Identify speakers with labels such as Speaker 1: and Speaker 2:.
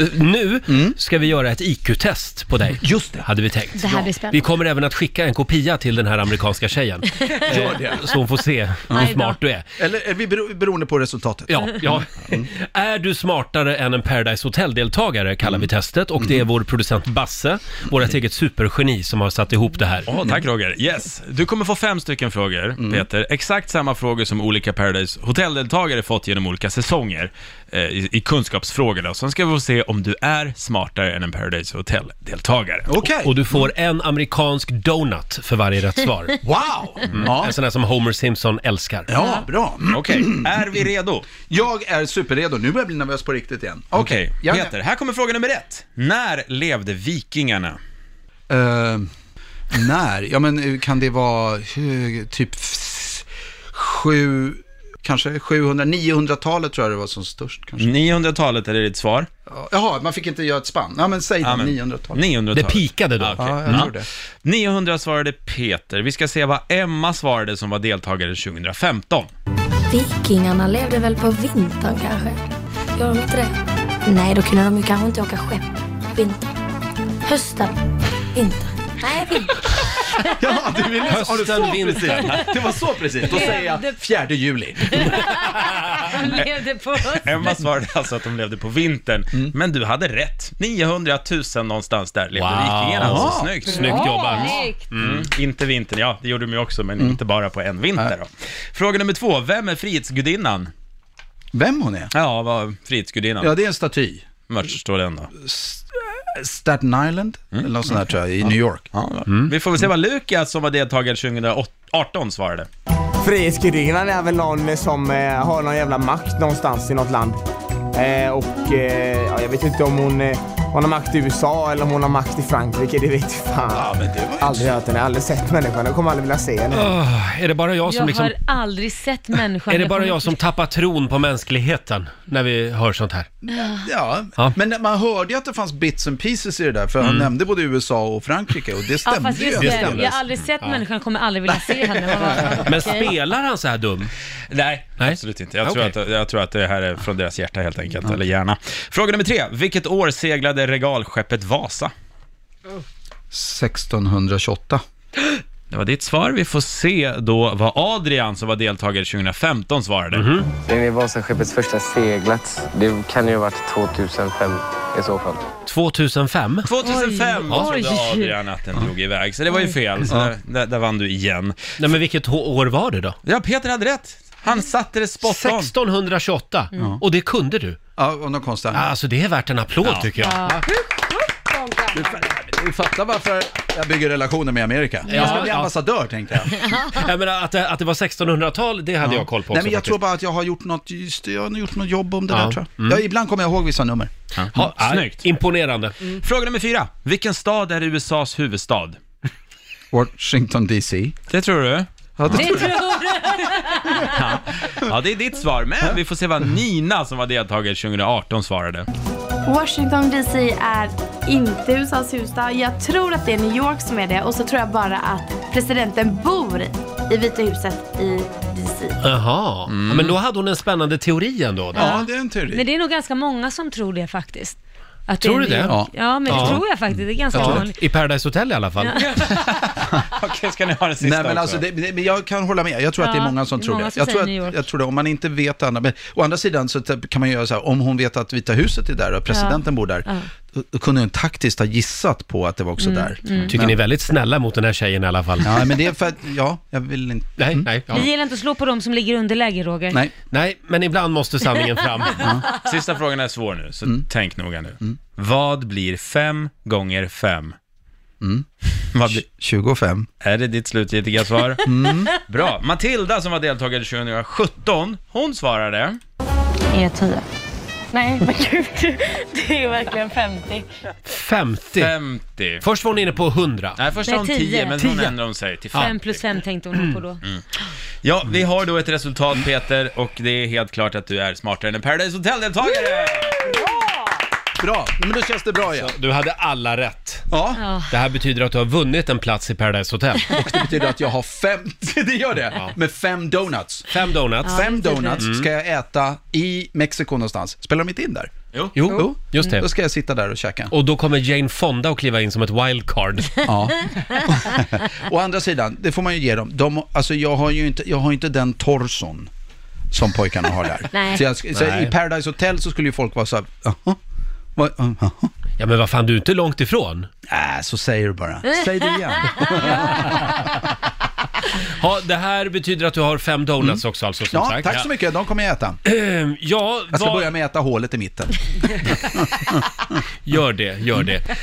Speaker 1: Eh, Nu ska vi göra ett IQ-test på dig.
Speaker 2: Mm. Just det.
Speaker 1: Hade vi tänkt.
Speaker 3: Det här
Speaker 1: Vi
Speaker 3: blir spännande.
Speaker 1: kommer även att skicka en kopia till den här amerikanska tjejen. Eh,
Speaker 2: Gör det.
Speaker 1: Så hon får se hur
Speaker 3: Aj då.
Speaker 1: smart du är.
Speaker 2: Eller är vi bero, beroende på resultatet?
Speaker 1: Ja, ja.
Speaker 2: Mm.
Speaker 1: Är du smartare än en Paradise Hotel-deltagare kallar
Speaker 2: Mm.
Speaker 1: vi testet och det är vår producent Basse, vårt eget supergeni som har satt ihop det här.
Speaker 4: Ja,
Speaker 2: Mm.
Speaker 4: tack Roger. Yes, du kommer få fem stycken frågor, Peter. Exakt samma frågor som olika Paradise Hotel-deltagare fått genom olika säsonger eh, i, i kunskapsfrågor. Då. Sen ska vi få se om du är smartare än en Paradise Hotel-deltagare.
Speaker 2: Okej.
Speaker 1: Och du får en amerikansk donut för varje rätt svar.
Speaker 2: Wow! Ja.
Speaker 1: En sån här som Homer Simpson älskar.
Speaker 2: ja, bra. Mm.
Speaker 4: Okej, är vi redo?
Speaker 2: Jag är superredo. Nu börjar jag bli nervös på riktigt igen.
Speaker 4: Okej,
Speaker 2: jag är
Speaker 4: Peter, här kommer fråga nummer ett. När levde vikingarna?
Speaker 2: med. Eh, när? Ja, men eh, kan det vara eh, typ f- sju, kanske 700, 900-talet tror jag det var som störst kanske.
Speaker 4: 900-talet, är det ditt svar?
Speaker 2: Ja, Jaha, man fick inte göra ett spann. Ja, men säg det,
Speaker 4: Ja, men-
Speaker 2: 900-talet.
Speaker 4: 900-talet.
Speaker 1: Det pikade då.
Speaker 4: Ah, okej.
Speaker 2: Ja, jag tror det.
Speaker 4: 900 svarade Peter. Vi ska se vad Emma svarade som var deltagare 2015.
Speaker 5: Vikingarna levde väl på vintern kanske? Gjorde de inte det? Nej, då kunde de ju kanske inte åka skepp. Vinter. Hösten. Vinter. Nej, vinter.
Speaker 2: Ja, du ville, har du
Speaker 1: Hösten,
Speaker 2: så
Speaker 1: vintern.
Speaker 2: precis? Det var så precis. Då säger jag 4 juli.
Speaker 3: De levde på oss.
Speaker 4: Emma svarade alltså att de levde på vintern,
Speaker 1: Mm.
Speaker 4: men du hade rätt. 900 000 någonstans där levde
Speaker 1: Wow.
Speaker 4: vikingarna. Alltså,
Speaker 2: Ja.
Speaker 4: snyggt.
Speaker 1: Snyggt jobbat.
Speaker 3: Snyggt.
Speaker 4: Mm. Inte vintern, ja det gjorde de ju också, men
Speaker 1: Mm.
Speaker 4: inte bara på en vinter. Då. Fråga nummer två, vem är frihetsgudinnan?
Speaker 2: Vem hon är?
Speaker 4: Ja, vad frihetsgudinnan?
Speaker 2: Ja, det är en staty.
Speaker 4: Vart står den då?
Speaker 2: Staten Island, eller något sånt där tror jag, i New York. Mm.
Speaker 4: Ja,
Speaker 1: Mm.
Speaker 4: Vi får väl se vad Lukas som var deltagare 2018 svarade.
Speaker 6: Frihetsgudinnan är väl någon som eh, har någon jävla makt någonstans i något land. Eh, och eh, ja, jag vet inte om hon, eh, hon har makt i USA eller om hon har makt i Frankrike, det vet jag fan. Aldrig hört henne, aldrig sett människan, jag kommer aldrig vilja se henne.
Speaker 1: Åh, är det bara jag som
Speaker 3: Jag
Speaker 1: liksom...
Speaker 3: har aldrig sett människan.
Speaker 1: Är det bara
Speaker 3: kommer
Speaker 1: jag som tappar tron på mänskligheten när vi hör sånt här?
Speaker 2: Ja,
Speaker 1: Ja. Mm.
Speaker 2: men man hörde ju att det fanns bits and pieces i det där, för han nämnde både USA och Frankrike och det
Speaker 3: Ja,
Speaker 2: stämde
Speaker 3: fast
Speaker 2: ju.
Speaker 3: just
Speaker 2: en
Speaker 3: det.
Speaker 2: del.
Speaker 3: Jag har aldrig sett människan, kommer aldrig vilja se henne. Vad-
Speaker 1: Men
Speaker 3: okej.
Speaker 1: spelar han så här dum?
Speaker 4: Nej,
Speaker 1: Nej.
Speaker 4: absolut inte. Jag,
Speaker 1: Okej.
Speaker 4: tror att, jag tror att det här är från deras hjärta helt enkelt, eller hjärna. Fråga nummer tre, vilket år seglade regalskeppet Vasa?
Speaker 2: 1628.
Speaker 4: Det var ditt svar. Vi får se då vad Adrian, som var deltagare 2015, svarade.
Speaker 7: Det är Vasaskeppets första seglat. Det kan ju ha varit 2005 i så fall.
Speaker 1: 2005?
Speaker 4: 2005
Speaker 3: Oj,
Speaker 4: trodde
Speaker 3: oj.
Speaker 4: Adrian att den drog iväg, så det var ju fel. Så där, där, där vann du igen.
Speaker 1: Nej men vilket h- år var det då?
Speaker 4: Ja, Peter hade rätt. Han satte det spot on.
Speaker 1: 1628! Och det kunde du?
Speaker 2: Ja, av någon konst där.
Speaker 1: Alltså det är värt en applåd tycker jag. Ja,
Speaker 2: Du fattar varför jag bygger relationer med Amerika. jag ska bli
Speaker 1: ja.
Speaker 2: ambassadör tänkte jag.
Speaker 1: Jag menar att det, att det var 1600-tal, det hade jag koll på
Speaker 2: Nej
Speaker 1: också,
Speaker 2: men jag
Speaker 1: faktiskt.
Speaker 2: tror bara att jag har gjort något, just det, jag har gjort något jobb om det
Speaker 1: Ja. Mm.
Speaker 2: där tror jag. Ja, ibland kommer jag ihåg vissa nummer.
Speaker 1: Ja, ja,
Speaker 4: Snyggt.
Speaker 1: Imponerande.
Speaker 4: Fråga nummer fyra. Vilken stad är USAs huvudstad?
Speaker 2: Washington DC.
Speaker 4: Det tror du?
Speaker 2: Ja, det-
Speaker 3: Det tror du.
Speaker 4: Ja, det är ditt svar, men vi får se vad Nina, som var deltagare 2018, svarade.
Speaker 8: Washington DC är inte USAs huvudstad. Jag tror att det är New York som är det och så tror jag bara att presidenten bor i Vita huset i DC.
Speaker 1: Jaha,
Speaker 2: Mm.
Speaker 1: ja, men då hade hon en spännande teori ändå. Där.
Speaker 2: ja, det är en teori.
Speaker 3: Men det är nog ganska många som tror det faktiskt. Att
Speaker 1: Tror
Speaker 3: är
Speaker 1: du
Speaker 3: en-
Speaker 1: det?
Speaker 3: Ja, men det
Speaker 1: Ja.
Speaker 3: tror jag faktiskt. Det är ganska
Speaker 1: Ja,
Speaker 3: vanligt.
Speaker 1: I Paradise Hotel i alla fall.
Speaker 4: Okej, ska ni ha den sista
Speaker 2: Nej men
Speaker 4: också?
Speaker 2: alltså, det, det, men jag kan hålla med. Jag tror att det är
Speaker 3: Ja,
Speaker 2: många som
Speaker 3: det är
Speaker 2: tror
Speaker 3: många
Speaker 2: det.
Speaker 3: som
Speaker 2: Jag tror,
Speaker 3: säger New
Speaker 2: att,
Speaker 3: York.
Speaker 2: jag tror det, om man inte vet annat. Men å andra sidan så typ kan man göra så här, om hon vet att Vita huset är där och presidenten bor där, då- då kunde hon taktiskt ha gissat på att det var också
Speaker 3: Mm,
Speaker 2: där.
Speaker 1: Tycker ni är väldigt snälla mot den här tjejen i alla fall.
Speaker 2: Ja, men det är för att, ja, jag vill inte,
Speaker 1: Nej, nej, ja.
Speaker 3: Vi gillar inte att slå på dem som ligger i underläge, Roger.
Speaker 2: nej.
Speaker 1: nej, men ibland måste sanningen fram.
Speaker 4: Sista frågan är svår nu, så tänk noga nu. Vad blir fem gånger fem? Mm. Vad blir,
Speaker 2: 25.
Speaker 4: är det ditt slutgiltiga svar? Bra. Matilda som var deltagare 2017, hon svarade...
Speaker 8: Är 10. Nej, men gud. Det är verkligen 50.
Speaker 1: 50.
Speaker 4: 50.
Speaker 1: Först var hon inne på 100.
Speaker 4: Nej, först sa
Speaker 3: Nej,
Speaker 4: hon 10,
Speaker 3: tio.
Speaker 4: men hon ändrade om sig till 50.
Speaker 3: Fem plus fem tänkte hon nog på då.
Speaker 4: Ja, vi har då ett resultat Peter, och det är helt klart att du är smartare än en Paradise Hotel-deltagare!
Speaker 2: Bra, men då känns det bra igen.
Speaker 1: Du hade alla rätt.
Speaker 2: Ja,
Speaker 3: Ja.
Speaker 1: Det här betyder att du har vunnit en plats i Paradise Hotel.
Speaker 2: och det betyder att jag har fem, det gör det, med fem donuts.
Speaker 1: Fem donuts.
Speaker 2: Fem
Speaker 3: det är fint.
Speaker 2: donuts ska jag äta i Mexiko någonstans. Spelar de inte in där?
Speaker 4: Jo.
Speaker 1: Jo, just det.
Speaker 2: Då ska jag sitta där och käka.
Speaker 1: Och då kommer Jane Fonda att kliva in som ett wildcard.
Speaker 2: Ja. Å andra sidan, det får man ju ge dem. De, alltså jag, har ju inte, jag har ju inte den torson som pojkarna har där.
Speaker 3: Nej.
Speaker 2: Så jag, sk- så
Speaker 1: Nej.
Speaker 2: I Paradise Hotel så skulle ju folk vara så här, jaha, vad, jaha.
Speaker 1: Ja, men vad fan, du är inte långt ifrån.
Speaker 2: Äh, så säger du bara. Säg det igen.
Speaker 1: Ja, det här betyder att du har fem donuts också alltså, som
Speaker 2: Ja,
Speaker 1: sagt.
Speaker 2: tack så mycket, de kommer jag äta.
Speaker 1: mycket. Ja,
Speaker 2: Jag ska
Speaker 1: vad-
Speaker 2: börja med att äta hålet i mitten.
Speaker 1: gör det, gör det.